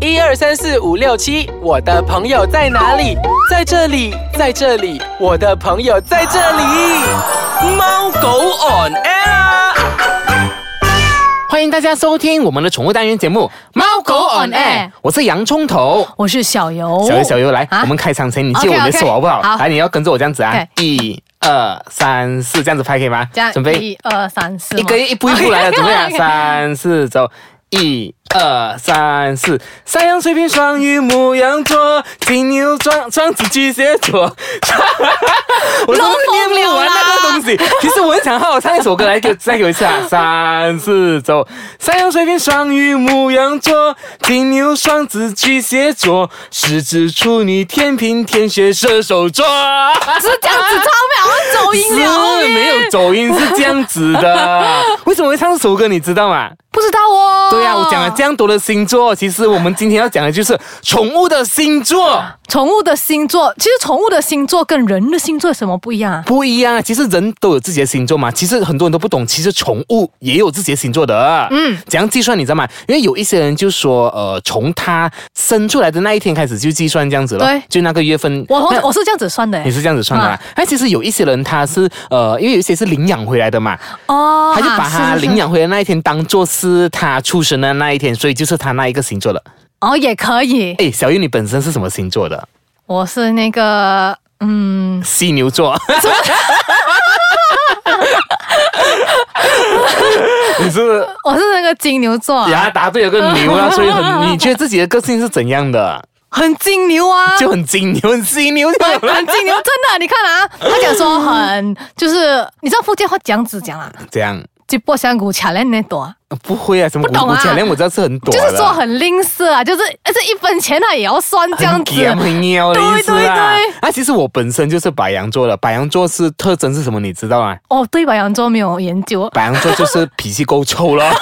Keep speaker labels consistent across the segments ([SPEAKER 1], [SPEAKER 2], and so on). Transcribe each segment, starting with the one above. [SPEAKER 1] 一二三四五六七，我的朋友在哪里？在这里，在这里，我的朋友在这里。
[SPEAKER 2] 猫狗 on air 啊！
[SPEAKER 3] 欢迎大家收听我们的宠物单元节目《猫狗 on air》，我是洋葱头。
[SPEAKER 4] 我是小游，
[SPEAKER 3] 小游小游来，
[SPEAKER 4] 哦啊
[SPEAKER 3] 我们开场前你借我
[SPEAKER 4] OK，OK
[SPEAKER 3] 的手好不好？
[SPEAKER 4] 好
[SPEAKER 3] 来，你要跟着我这样子啊
[SPEAKER 4] OK，
[SPEAKER 3] 一二三四，这样子拍可以吗？
[SPEAKER 4] 这样
[SPEAKER 3] 准备
[SPEAKER 4] 一二三四吗，
[SPEAKER 3] 一个一步一步来了，怎么样？
[SPEAKER 4] OK，OK
[SPEAKER 3] 三四走。一二三四，山羊、水瓶、双鱼、母羊座、金牛、双双子、巨蟹座。 我都念不完那个东西。其实我很想好好唱一首歌，来给再给我一次啊！三四走，山羊、水瓶、双鱼、母羊座、金牛、双子、巨蟹座、狮子、处女、天平、天蝎、射手座。
[SPEAKER 4] 只是这样子超秒走音了耶，
[SPEAKER 3] 是，没有走音是这样子 的。为什么会唱这首歌？你知道吗？
[SPEAKER 4] 不知道哦。
[SPEAKER 3] 对啊呀、我讲了这样多的星座，其实我们今天要讲的就是宠物的星座
[SPEAKER 4] 宠物的星座，其实宠物的星座跟人的星座有什么不一样啊？
[SPEAKER 3] 不一样啊。其实人都有自己的星座嘛，其实很多人都不懂，其实宠物也有自己的星座的。嗯，怎样计算你知道吗？因为有一些人就说，呃，从它生出来的那一天开始就计算这样子了，
[SPEAKER 4] 对
[SPEAKER 3] 就那个月份。
[SPEAKER 4] 我
[SPEAKER 3] 那
[SPEAKER 4] 我我是这样子算的耶
[SPEAKER 3] 你，是这样子算的啦
[SPEAKER 4] 啊，
[SPEAKER 3] 那、其实有一些人他是呃，因为有一些是领养回来的嘛，
[SPEAKER 4] 哦，
[SPEAKER 3] 他就把
[SPEAKER 4] 啊
[SPEAKER 3] 他
[SPEAKER 4] 是是是
[SPEAKER 3] 领养回来那一天当做是他出生的那一天，所以就是他那一个星座了。
[SPEAKER 4] 哦也可以，
[SPEAKER 3] 哎，小玉，你本身是什么星座的？
[SPEAKER 4] 我是那个嗯，
[SPEAKER 3] 犀牛 座。你是
[SPEAKER 4] 我是那个金牛座啊，
[SPEAKER 3] 呀，答对有个牛啊，所以很，你觉得自己的个性是怎样的？
[SPEAKER 4] 很金牛啊，
[SPEAKER 3] 就很金牛，很犀牛就好了。
[SPEAKER 4] 很金牛，真的，你看啊，他讲说很就是，你知道福建话这样子讲啊，
[SPEAKER 3] 这样
[SPEAKER 4] 就波香菇卡嘞那朵啊。
[SPEAKER 3] 不会啊，什么
[SPEAKER 4] 不懂
[SPEAKER 3] 我
[SPEAKER 4] 啊
[SPEAKER 3] 前面我知道是很短
[SPEAKER 4] 就
[SPEAKER 3] 的，
[SPEAKER 4] 是说很吝啬啊，就是而且一分钱啊也要算这样子
[SPEAKER 3] 很。甜很喵的意思
[SPEAKER 4] 对对
[SPEAKER 3] 啊
[SPEAKER 4] 对。
[SPEAKER 3] 那其实我本身就是白羊座的，白羊座是特征是什么？你知道吗？
[SPEAKER 4] 哦，对白羊座没有研究，
[SPEAKER 3] 白羊座就是脾气够 臭了，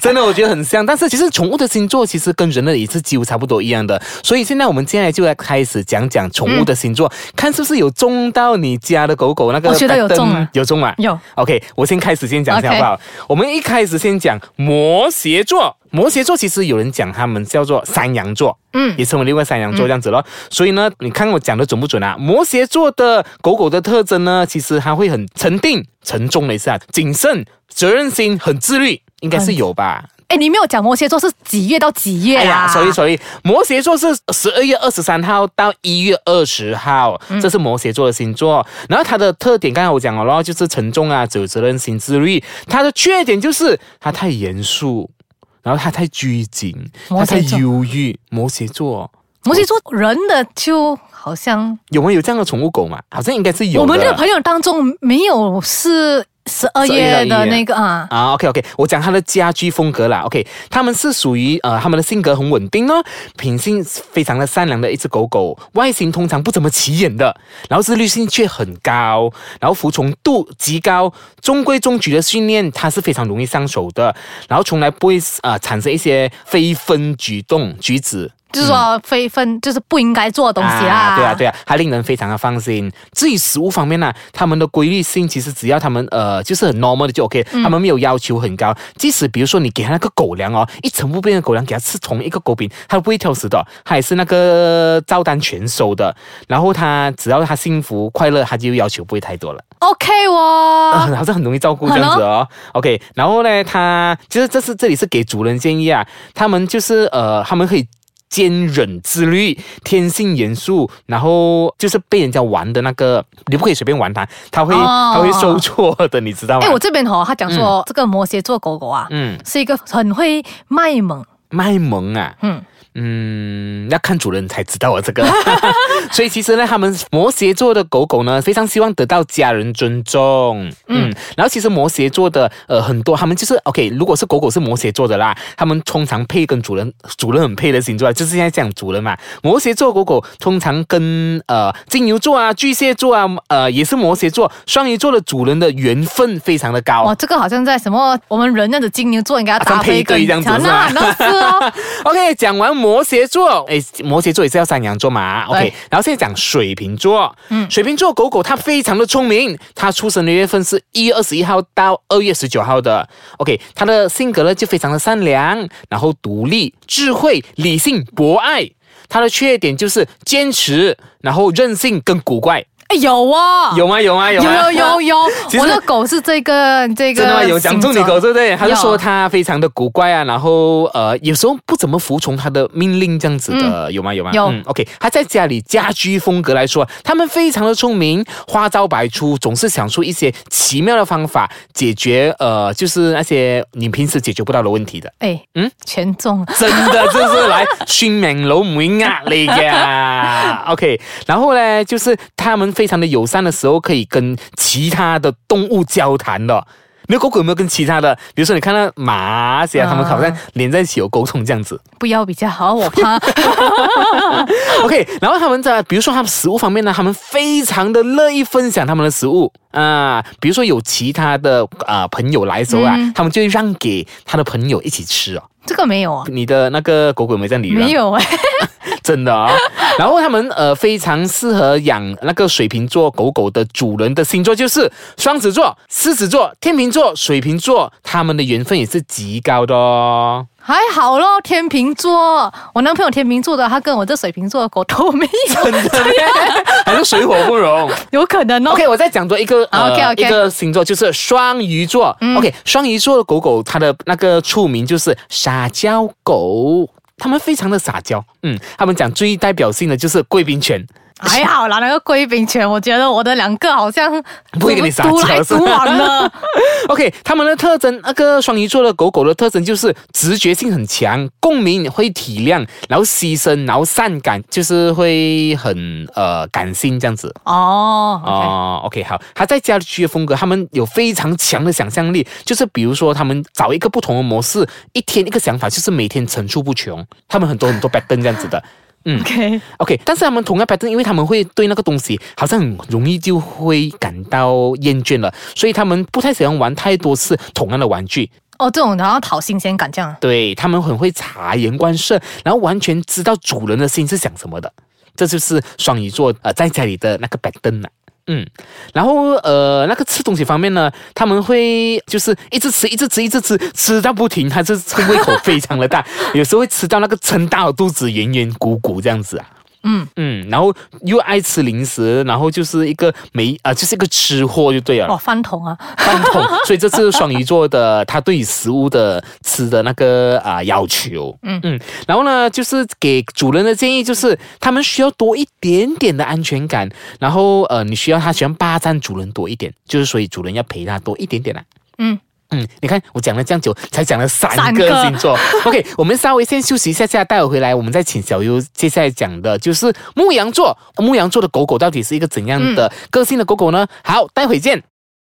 [SPEAKER 3] 真的，我觉得很像。但是其实宠物的星座其实跟人类也是几乎差不多一样的，所以现在我们接下来就来开始讲讲宠物的星座，看是不是有中到你家的狗狗那个。
[SPEAKER 4] 嗯我觉得有中啊
[SPEAKER 3] 有中啊。
[SPEAKER 4] 有
[SPEAKER 3] OK，我先开始先讲一下
[SPEAKER 4] OK
[SPEAKER 3] 好不好我们一开始先讲摩羯座。摩羯座其实有人讲他们叫做山羊座，
[SPEAKER 4] 嗯
[SPEAKER 3] 也称为另外山羊座这样子咯。所以呢，你看我讲的准不准啊？摩羯座的狗狗的特征呢，其实它会很沉定、沉重的一下，谨慎、责任心、很自律，应该是有吧？
[SPEAKER 4] 哎，你没有讲摩羯座是几月到几月
[SPEAKER 3] 哎
[SPEAKER 4] 啊？
[SPEAKER 3] 呀，所以所以摩羯座是十二月二十三号到一月二十号，
[SPEAKER 4] 嗯
[SPEAKER 3] 这是摩羯座的星座。然后它的特点，刚才我讲了咯，就是沉重啊，有责任心、自律。它的缺点就是它太严肃，然后它太拘谨，它
[SPEAKER 4] 摩
[SPEAKER 3] 太
[SPEAKER 4] 羯座
[SPEAKER 3] 忧郁。摩羯座
[SPEAKER 4] 摩羯座人的就好像
[SPEAKER 3] 有没有这样的宠物狗嘛？好像应该是有的。
[SPEAKER 4] 我们的朋友当中没有是十二月的那个啊，
[SPEAKER 3] 啊，OK OK，我讲他的家居风格啦，OK，他们是属于呃，他们的性格很稳定哦，品性非常的善良的一只狗狗，外形通常不怎么起眼的，然后自律性却很高，然后服从度极高，中规中矩的训练它是非常容易上手的，然后从来不会呃产生一些非分举动举止，
[SPEAKER 4] 就是说非分就是不应该做的东西啦。
[SPEAKER 3] 嗯啊对啊，对啊，它令人非常的放心。至于食物方面呢、他们的规律性其实只要他们呃就是很 normal 的就 OK，、他
[SPEAKER 4] 嗯
[SPEAKER 3] 们没有要求很高。即使比如说你给它那个狗粮哦，一成不变的狗粮给它吃同一个狗饼，它不会挑食的哦，它也是那个照单全收的。然后它只要它幸福快乐，它就要求不会太多了。
[SPEAKER 4] ，OK
[SPEAKER 3] 啊，
[SPEAKER 4] 哦，
[SPEAKER 3] 好像很容易照顾这样子哦。OK，然后呢，他其实这是这里是给主人建议啊，他们就是呃，他们可以。坚忍、自律、天性严肃，然后就是被人家玩的那个，你不可以随便玩它，它会、
[SPEAKER 4] 哦
[SPEAKER 3] 它会受挫的，你知道吗？
[SPEAKER 4] 哎，我这边哦，他讲说这个摩羯座狗狗啊，
[SPEAKER 3] 嗯，
[SPEAKER 4] 是一个很会卖萌，
[SPEAKER 3] 卖萌啊，
[SPEAKER 4] 嗯
[SPEAKER 3] 嗯，要看主人才知道啊，这个。所以其实呢，他们摩羯座的狗狗呢，非常希望得到家人尊重。嗯，然后其实摩羯座的呃很多，他们就是 OK，如果是狗狗是摩羯座的啦，他们通常配跟主人主人很配的星座啊，就是现在讲主人嘛。摩羯座狗狗通常跟呃金牛座啊、巨蟹座啊、呃也是摩羯座、双鱼座的主人的缘分非常的高。
[SPEAKER 4] 哇，这个好像在什么我们人那样子金牛座应该要搭
[SPEAKER 3] 好像配
[SPEAKER 4] 配
[SPEAKER 3] 对这样子
[SPEAKER 4] 那
[SPEAKER 3] 是吧
[SPEAKER 4] 那是 哦。
[SPEAKER 3] OK，讲完摩羯座，诶，摩羯座也是要山羊座嘛。
[SPEAKER 4] 对
[SPEAKER 3] OK，然后现在讲水瓶座，嗯，水瓶座狗狗它非常的聪明，它出生的月份是一月二十一号到二月十九号的。OK，它的性格呢就非常的善良，然后独立、智慧、理性、博爱。它的缺点就是坚持，然后任性跟古怪。
[SPEAKER 4] 哎，有哦，
[SPEAKER 3] 有吗？有吗？有
[SPEAKER 4] 有
[SPEAKER 3] 吗？
[SPEAKER 4] 有有 有
[SPEAKER 3] 其，实
[SPEAKER 4] 我的狗是这个这个
[SPEAKER 3] 真的吗？有讲中你
[SPEAKER 4] 星座
[SPEAKER 3] 狗对不对？他就
[SPEAKER 4] 有
[SPEAKER 3] 说他非常的古怪啊，然后呃，有时候不怎么服从他的命令这样子的，有吗？有吗？
[SPEAKER 4] 嗯
[SPEAKER 3] 嗯
[SPEAKER 4] 有
[SPEAKER 3] OK，他在家里家居风格来说，他们非常的聪明，花招百出，总是想出一些奇妙的方法解决呃，就是那些你平时解决不到的问题的。
[SPEAKER 4] 哎，
[SPEAKER 3] 嗯
[SPEAKER 4] 嗯，全中了。
[SPEAKER 3] 真的就是来算命佬唔会呃你嘅。OK，然后呢，就是他们非常的友善的时候，可以跟其他的动物交谈的。你的狗狗有没有跟其他的，比如说你看到马啊、些啊，它们好像连在一起有沟通这样子。
[SPEAKER 4] 不要比较好，我怕
[SPEAKER 3] OK，然后他们在比如说他们食物方面呢，他们非常的乐意分享他们的食物啊、比如说有其他的啊朋友来的时候啊，他们就会让给他的朋友一起吃哦。
[SPEAKER 4] 这个没有啊，
[SPEAKER 3] 你的那啊个狗狗有没有这样理让
[SPEAKER 4] 没有哎，
[SPEAKER 3] 真的啊、 然后他们呃非常适合养那个水瓶座狗狗的主人的星座就是双子座、狮子座、天秤座、水瓶座，他们的缘分也是极高的哦。
[SPEAKER 4] 还好咯。天秤座，我男朋友天秤座的，他跟我这水瓶座的狗都没有，
[SPEAKER 3] 还是水火不容。
[SPEAKER 4] 有可能哦。
[SPEAKER 3] OK，我再讲多一个、呃
[SPEAKER 4] 啊 OK，OK 嗯
[SPEAKER 3] 一个星座就是双鱼座。OK，双鱼座的狗狗它的那个处名就是撒娇狗。他们非常的撒娇，嗯，他们讲最代表性的就是贵宾犬，
[SPEAKER 4] 还好啦，那个贵宾犬，我觉得我的两个好像
[SPEAKER 3] 不会给你撒娇
[SPEAKER 4] 独来独往了。
[SPEAKER 3] OK，他们的特征，那个双鱼座的狗狗的特征就是直觉性很强，共鸣会体谅，然后牺牲，然后善感，就是会很呃感性这样子。
[SPEAKER 4] 哦，OK，
[SPEAKER 3] 哦、o k 好，他在家居的风格，他们有非常强的想象力，就是比如说他们找一个不同的模式，一天一个想法，就是每天层出不穷，他们很多很多 pattern 这样子的。
[SPEAKER 4] OK，
[SPEAKER 3] OK，但是他们同样 pattern，因为他们会对那个东西好像很容易就会感到厌倦了，所以他们不太喜欢玩太多次同样的玩具。
[SPEAKER 4] 哦，这种然后讨新鲜感这样。
[SPEAKER 3] 对他们很会察言观色，然后完全知道主人的心是想什么的。这就是双鱼座呃在家里的那个 pattern 啊。嗯，然后呃，那个吃东西方面呢，他们会就是一直吃，一直吃，一直吃，吃到不停，他这这胃口非常的大，有时候会吃到那个撑大的肚子圆圆鼓鼓这样子啊。
[SPEAKER 4] 嗯
[SPEAKER 3] 嗯，然后又爱吃零食，然后就是一个没啊、就是一个吃货就对了。
[SPEAKER 4] 哇，翻桶啊！
[SPEAKER 3] 饭桶，所以这是双鱼座的他对于食物的吃的那个啊、要求。嗯嗯，然后呢，就是给主人的建议就是，他们需要多一点点的安全感，然后呃，你需要他喜欢霸占主人多一点，就是所以主人要陪他多一点点啦、
[SPEAKER 4] 嗯
[SPEAKER 3] 嗯，你看我讲了这样久，才讲了三
[SPEAKER 4] 三
[SPEAKER 3] 个
[SPEAKER 4] 个
[SPEAKER 3] 星座。OK，我们稍微先休息一下下，待会回来我们再请小优接下来讲的就是牧羊座，牧羊座的狗狗到底是一个怎样的个性的狗狗呢？好，待会见。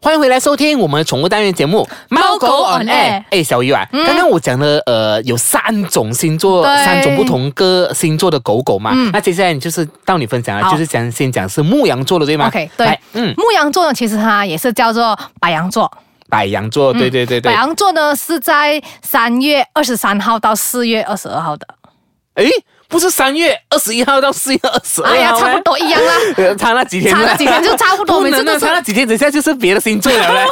[SPEAKER 3] 欢迎回来收听我们的宠物单元节目《
[SPEAKER 4] 猫狗 on air 嗯
[SPEAKER 3] 哎，小优啊，刚刚我讲的呃有三种星座，
[SPEAKER 4] 对
[SPEAKER 3] 三种不同个星座的狗狗嘛。
[SPEAKER 4] 嗯
[SPEAKER 3] 那接下来你就是到你分享了，
[SPEAKER 4] 好
[SPEAKER 3] 就是讲先讲是牧羊座的对吗
[SPEAKER 4] OK，对
[SPEAKER 3] 来嗯，
[SPEAKER 4] 牧羊座呢，其实它也是叫做白羊座。
[SPEAKER 3] 白羊座，对对对
[SPEAKER 4] 嗯白。
[SPEAKER 3] 对
[SPEAKER 4] 羊座呢是在三月二十三号到四月二十二号的。
[SPEAKER 3] 诶，哎不是三月二十一号到四月二十二号
[SPEAKER 4] 哎
[SPEAKER 3] 吗？
[SPEAKER 4] 呀，差不多一样 啦。
[SPEAKER 3] 呃，差那几天啦，
[SPEAKER 4] 差那几天就差不多
[SPEAKER 3] 不能啊
[SPEAKER 4] 每次都是
[SPEAKER 3] 差那几天，等一下就是别的星座 了嘞。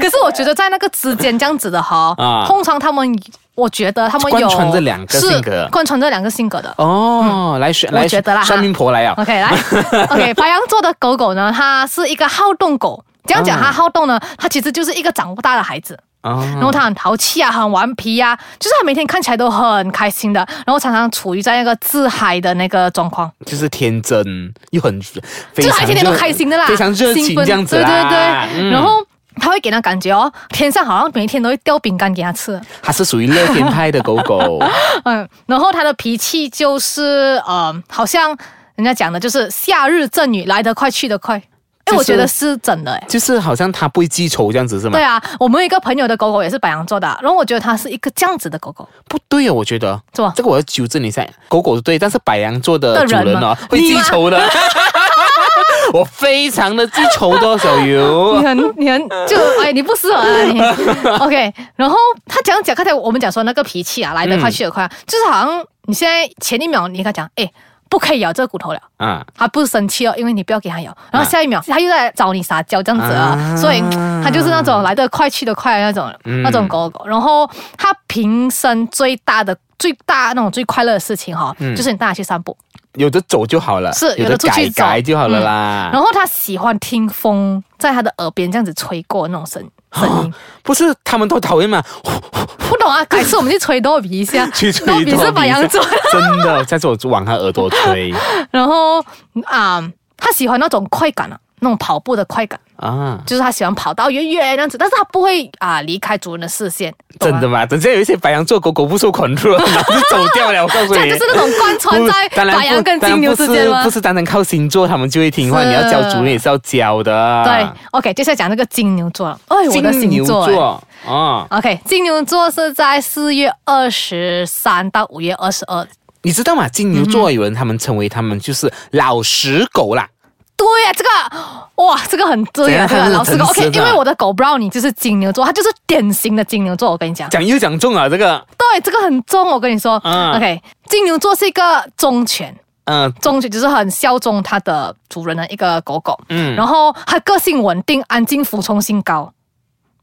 [SPEAKER 4] 可是我觉得在那个之间这样子的哈，
[SPEAKER 3] 啊
[SPEAKER 4] 通常他们，我觉得他们有
[SPEAKER 3] 贯穿这两个性格
[SPEAKER 4] 是贯穿这两个性格的。哦
[SPEAKER 3] 哦，来选
[SPEAKER 4] 我
[SPEAKER 3] 来
[SPEAKER 4] 觉得啦哈嗯
[SPEAKER 3] 算命婆来啊。
[SPEAKER 4] OK，来 ，OK，白羊座的狗狗呢，它是一个好动狗。这样讲，
[SPEAKER 3] 啊
[SPEAKER 4] 它好动呢，它其实就是一个长不大的孩子。然后
[SPEAKER 3] 哦，
[SPEAKER 4] 它很淘气啊，很顽皮啊，就是它每天看起来都很开心的，然后常常处于在那个自嗨的那个状况，
[SPEAKER 3] 就是天真又很，
[SPEAKER 4] 就
[SPEAKER 3] 非
[SPEAKER 4] 是
[SPEAKER 3] 常
[SPEAKER 4] 它天天都开心的啦，
[SPEAKER 3] 非常热情
[SPEAKER 4] 兴奋
[SPEAKER 3] 这样子
[SPEAKER 4] 对对
[SPEAKER 3] 啦。
[SPEAKER 4] 对，
[SPEAKER 3] 嗯
[SPEAKER 4] 然后它会给它感觉哦，天上好像每天都会掉饼干给它吃，
[SPEAKER 3] 它是属于乐天派的狗 狗，
[SPEAKER 4] 嗯，然后他的脾气就是，呃，好像人家讲的就是夏日阵雨来得快去得快，哎、
[SPEAKER 3] 就是
[SPEAKER 4] 我觉得是真的哎。
[SPEAKER 3] 就是好像它不会记仇这样子是吗
[SPEAKER 4] 对？啊，我们有一个朋友的狗狗也是白羊座的，啊然后我觉得它是一个这样子的狗狗，
[SPEAKER 3] 不对啊，我觉得
[SPEAKER 4] 是吗
[SPEAKER 3] 这个我要 纠正一下，狗狗对，但是白羊座的
[SPEAKER 4] 的
[SPEAKER 3] 主
[SPEAKER 4] 人
[SPEAKER 3] 人哦
[SPEAKER 4] 吗
[SPEAKER 3] 会记仇的。我非常的记仇的手 游
[SPEAKER 4] 你。 很你很
[SPEAKER 3] 嗯
[SPEAKER 4] 就哎，你不适合啊你。OK，然后他讲讲刚才我们讲说那个脾气啊，来
[SPEAKER 3] 嗯
[SPEAKER 4] 得快去得快啊，就是好像你现在前一秒你跟他讲，哎，不可以咬这个骨头了。
[SPEAKER 3] 啊，
[SPEAKER 4] 他不是生气哦，因为你不要给他咬，然后下一秒、他又在找你撒娇这样子啊，
[SPEAKER 3] 啊
[SPEAKER 4] 所以嗯他就是那种来得快去得快的啊那种、
[SPEAKER 3] 嗯
[SPEAKER 4] 那种狗狗。然后他平生最大的最大那种最快乐的事情哈、
[SPEAKER 3] 嗯
[SPEAKER 4] 就是你带他去散步，
[SPEAKER 3] 有的走就好了，
[SPEAKER 4] 是有
[SPEAKER 3] 有
[SPEAKER 4] 的
[SPEAKER 3] 的
[SPEAKER 4] 出去
[SPEAKER 3] 改
[SPEAKER 4] 走嗯
[SPEAKER 3] 改就好了
[SPEAKER 4] 然
[SPEAKER 3] 啦。
[SPEAKER 4] 后他喜欢听风在他的耳边这样子吹过那种声声音，
[SPEAKER 3] 不是他们都讨厌吗？
[SPEAKER 4] 不懂啊，改次我们去吹多比一下，
[SPEAKER 3] 去吹
[SPEAKER 4] 多比是
[SPEAKER 3] 多
[SPEAKER 4] 把
[SPEAKER 3] 比一下
[SPEAKER 4] 羊做。
[SPEAKER 3] 真的，下次我就往他耳 朵吹
[SPEAKER 4] 然后啊、他喜欢那种快感啊，那种跑步的快感。
[SPEAKER 3] 啊！
[SPEAKER 4] 就是他喜欢跑到远远那样子，但是他不会啊、离开主人的视线，懂啊
[SPEAKER 3] 真
[SPEAKER 4] 吗
[SPEAKER 3] 的吗？等下有一些白羊座狗狗不受 control，然 后就走掉了。我告诉
[SPEAKER 4] 这样
[SPEAKER 3] 你
[SPEAKER 4] 就，是那种贯穿
[SPEAKER 3] 不
[SPEAKER 4] 在
[SPEAKER 3] 当然
[SPEAKER 4] 白羊
[SPEAKER 3] 不
[SPEAKER 4] 跟
[SPEAKER 3] 当然
[SPEAKER 4] 金牛
[SPEAKER 3] 不
[SPEAKER 4] 之
[SPEAKER 3] 是
[SPEAKER 4] 间吗
[SPEAKER 3] 不？是单单靠星座他们就会听话，
[SPEAKER 4] 是
[SPEAKER 3] 你要教主人也是要教的。啊
[SPEAKER 4] 对，，OK，接下来讲那个金牛座了。哎，我的
[SPEAKER 3] 金
[SPEAKER 4] 星
[SPEAKER 3] 牛
[SPEAKER 4] 座。哎
[SPEAKER 3] 座啊，
[SPEAKER 4] OK，金牛座是在四月二十三到五月二十二。
[SPEAKER 3] 你知道吗？金牛座有人他们称为他们就是老实狗啦。
[SPEAKER 4] 对呀、这个哇，这个很对呀、
[SPEAKER 3] 怎样
[SPEAKER 4] 这个
[SPEAKER 3] 它是
[SPEAKER 4] 老师狗。
[SPEAKER 3] 诚实
[SPEAKER 4] OK，
[SPEAKER 3] 的
[SPEAKER 4] 因为我的狗 Brownie 就是金牛座，它就是典型的金牛座。我跟你讲，
[SPEAKER 3] 讲又讲中了这个，
[SPEAKER 4] 对，这个很重。我跟你说、
[SPEAKER 3] 嗯
[SPEAKER 4] o k 金牛座是一个忠犬，
[SPEAKER 3] 嗯
[SPEAKER 4] 忠犬就是很效忠它的主人的一个狗狗。
[SPEAKER 3] 嗯
[SPEAKER 4] 然后他个性稳定、安静、服从性高。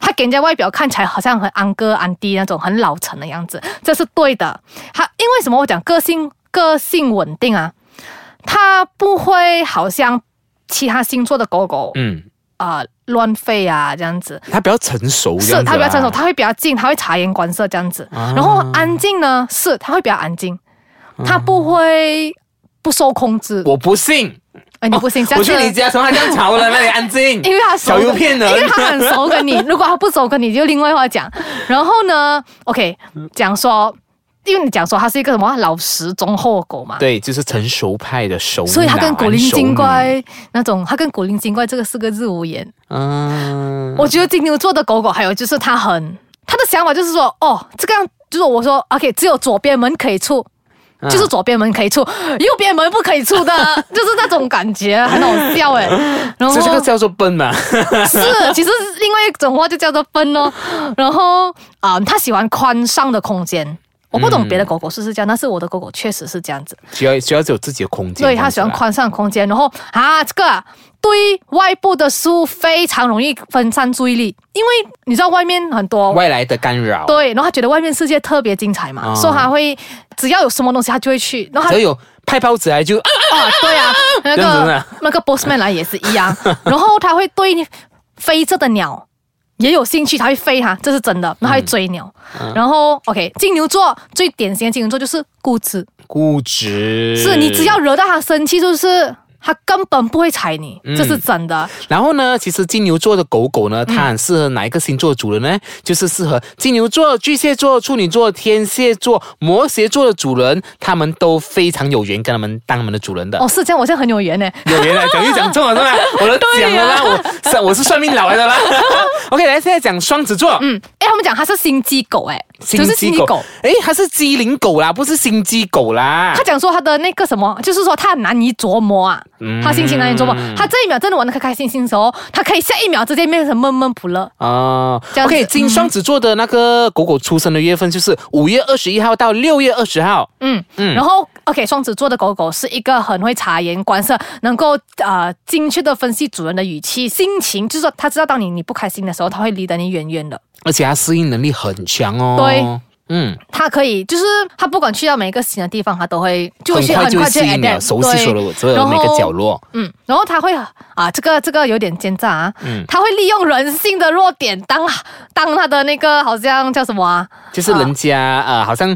[SPEAKER 4] 他给人家外表看起来好像很安哥安弟那种很老成的样子，这是对的。他因为什么我讲个性个性稳定啊，他不会好像其他星座的狗狗
[SPEAKER 3] 嗯，
[SPEAKER 4] 啊、呃乱吠啊这样子，
[SPEAKER 3] 他比较成熟，这样
[SPEAKER 4] 是
[SPEAKER 3] 子啊
[SPEAKER 4] 他比较成熟，
[SPEAKER 3] 啦
[SPEAKER 4] 他会比较静，他会察言观色这样子。
[SPEAKER 3] 啊
[SPEAKER 4] 然后安静呢，是他会比较安静，他不会不受控制。
[SPEAKER 3] 我不信，
[SPEAKER 4] 哎，你不信？下
[SPEAKER 3] 我
[SPEAKER 4] 次
[SPEAKER 3] 去你家从他这样吵了，那里安静。
[SPEAKER 4] 因为他熟
[SPEAKER 3] 小
[SPEAKER 4] 跟
[SPEAKER 3] 优骗人
[SPEAKER 4] 因为他很熟跟 你。如果他不熟跟你，就另外话讲。然后呢，OK，讲说，因为你讲说他是一个什么老实忠厚的狗嘛，
[SPEAKER 3] 对，就是成熟派的熟脑，
[SPEAKER 4] 所以他跟古灵精
[SPEAKER 3] 熟女，
[SPEAKER 4] 怪那种，他跟古灵精怪这个四个字无言。
[SPEAKER 3] 嗯，
[SPEAKER 4] 我觉得金牛座的狗狗，还有就是他很他的想法就是说，哦，这个样就是我说，OK，只有左边门可以出。
[SPEAKER 3] 嗯
[SPEAKER 4] 就是左边门可以出， 右边门不可以出的， 就是那种感觉，很好笑 哎。然后
[SPEAKER 3] 所以这个叫做笨嘛，
[SPEAKER 4] 是，其实另外一种话就叫做分哦。然后啊、它喜欢宽敞的空间。我不
[SPEAKER 3] 嗯
[SPEAKER 4] 懂别的狗狗是不是这样，但是我的狗狗确实是这样子，
[SPEAKER 3] 需要需要有自己的空间，啊
[SPEAKER 4] 所以它喜欢宽敞的空间。然后啊，这个啊对外部的事物非常容易分散注意力，因为你知道外面很多。
[SPEAKER 3] 外来的干扰，
[SPEAKER 4] 对，然后它觉得外面世界特别精彩嘛，
[SPEAKER 3] 哦
[SPEAKER 4] 所以它会只要有什么东西它就会去，然后它
[SPEAKER 3] 只要有派报纸来就啊
[SPEAKER 4] 啊，对啊， 那
[SPEAKER 3] 这样子
[SPEAKER 4] 个
[SPEAKER 3] 呢
[SPEAKER 4] 那个 bossman 来也是一 样，然后他会对飞着的鸟也有兴趣，他会飞哈，这是真的，
[SPEAKER 3] 嗯
[SPEAKER 4] 然后他会追鸟。然后 OK，金牛座最典型的金牛座就是固执，
[SPEAKER 3] 固执，
[SPEAKER 4] 是你只要惹到他生气，就是他根本不会睬你，这是真的。
[SPEAKER 3] 然后呢，其实金牛座的狗狗呢，
[SPEAKER 4] 嗯
[SPEAKER 3] 它很适合哪一个星座的主人呢？就是适合金牛座、巨蟹座、处女座、天蝎座、摩羯座的主人，他们都非常有缘，跟他们当他们的主人的。
[SPEAKER 4] 哦，是这样，我现在很有缘呢。
[SPEAKER 3] 有缘来啊讲又讲中了是吧？我都讲了啦， 我是我是算命佬来的啦。OK，来现在讲双子座，
[SPEAKER 4] 嗯，诶，他们讲他是心机狗，诶，就是心机狗。，
[SPEAKER 3] 诶，它是机灵狗啦，不是心机狗啦
[SPEAKER 4] 他。讲说他的那个什么，就是说他很难以琢磨啊，
[SPEAKER 3] 嗯
[SPEAKER 4] 他心情难以琢磨。他这一秒真的玩的开开心心的时候，他可以下一秒之间变成闷闷不乐。
[SPEAKER 3] 哦
[SPEAKER 4] 这样子
[SPEAKER 3] ，OK，金双子座的那个狗狗出生的月份就是五月二十一号到六月二十号。
[SPEAKER 4] 嗯嗯。
[SPEAKER 3] 嗯
[SPEAKER 4] 然后，OK，双子座的狗狗是一个很会察言观色，能够呃精确的分析主人的语气、心情，就是说他知道当你你不开心的时候，他会离得你远远的。
[SPEAKER 3] 而且它适应能力很强哦。
[SPEAKER 4] 对，
[SPEAKER 3] 嗯，
[SPEAKER 4] 他可以，就是他不管去到每一个新的地方，他都会就会
[SPEAKER 3] 很
[SPEAKER 4] 去
[SPEAKER 3] 快就会
[SPEAKER 4] 去
[SPEAKER 3] 适应
[SPEAKER 4] adapt，
[SPEAKER 3] 了，熟悉所
[SPEAKER 4] 对
[SPEAKER 3] 有所有每个角落。
[SPEAKER 4] 嗯，然后他会啊，这个这个有点奸诈啊，
[SPEAKER 3] 嗯
[SPEAKER 4] 他会利用人性的弱点当当他的那个好像叫什么啊，
[SPEAKER 3] 就是人家呃，好像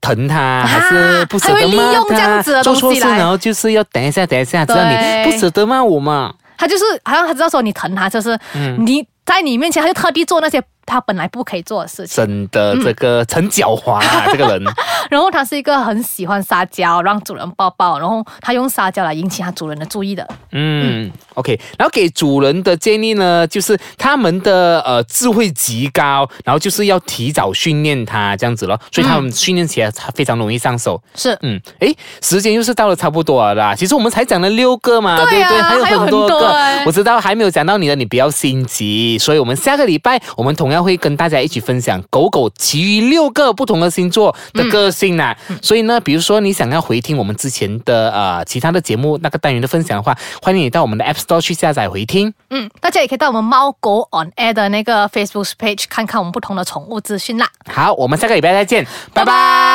[SPEAKER 3] 疼他，还是不舍
[SPEAKER 4] 他会
[SPEAKER 3] 得
[SPEAKER 4] 利
[SPEAKER 3] 骂
[SPEAKER 4] 用这样
[SPEAKER 3] 他
[SPEAKER 4] 子的东
[SPEAKER 3] 做
[SPEAKER 4] 西
[SPEAKER 3] 错事，
[SPEAKER 4] 来
[SPEAKER 3] 然后就是要等一下，等一下，知道
[SPEAKER 4] 对
[SPEAKER 3] 你不舍得骂我嘛？嗯
[SPEAKER 4] 他就是好像他知道说你疼他，就是、你在你面前，他就特地做那些他本来不可以做的事情。
[SPEAKER 3] 真的，这个很狡猾啊，这个人。
[SPEAKER 4] 然后他是一个很喜欢撒娇，让主人抱抱，然后他用撒娇来引起他主人的注意的。
[SPEAKER 3] 嗯，OK。然后给主人的建议呢，就是他们的呃智慧极高，然后就是要提早训练它这样子咯，所以他们训练起来它非常容易上手。
[SPEAKER 4] 是，
[SPEAKER 3] 嗯，诶，时间又是到了差不多了啦。其实我们才讲了六个嘛，
[SPEAKER 4] 对
[SPEAKER 3] 对
[SPEAKER 4] 啊
[SPEAKER 3] 不对？还有
[SPEAKER 4] 还有
[SPEAKER 3] 很多
[SPEAKER 4] 很多
[SPEAKER 3] 个，
[SPEAKER 4] 欸
[SPEAKER 3] 我知道还没有讲到你的，你不要心急。所以我们下个礼拜，我们同样会跟大家一起分享狗狗其余六个不同的星座的个性啦。
[SPEAKER 4] 嗯
[SPEAKER 3] 所以呢，比如说你想要回听我们之前的呃其他的节目那个单元的分享的话，欢迎你到我们的 App Store 去下载回听。
[SPEAKER 4] 嗯，大家也可以到我们猫狗 on air 的那个 Facebook page 看看我们不同的宠物资讯啦。
[SPEAKER 3] 好，我们下个礼拜再见，拜
[SPEAKER 4] 拜
[SPEAKER 3] 拜
[SPEAKER 4] 拜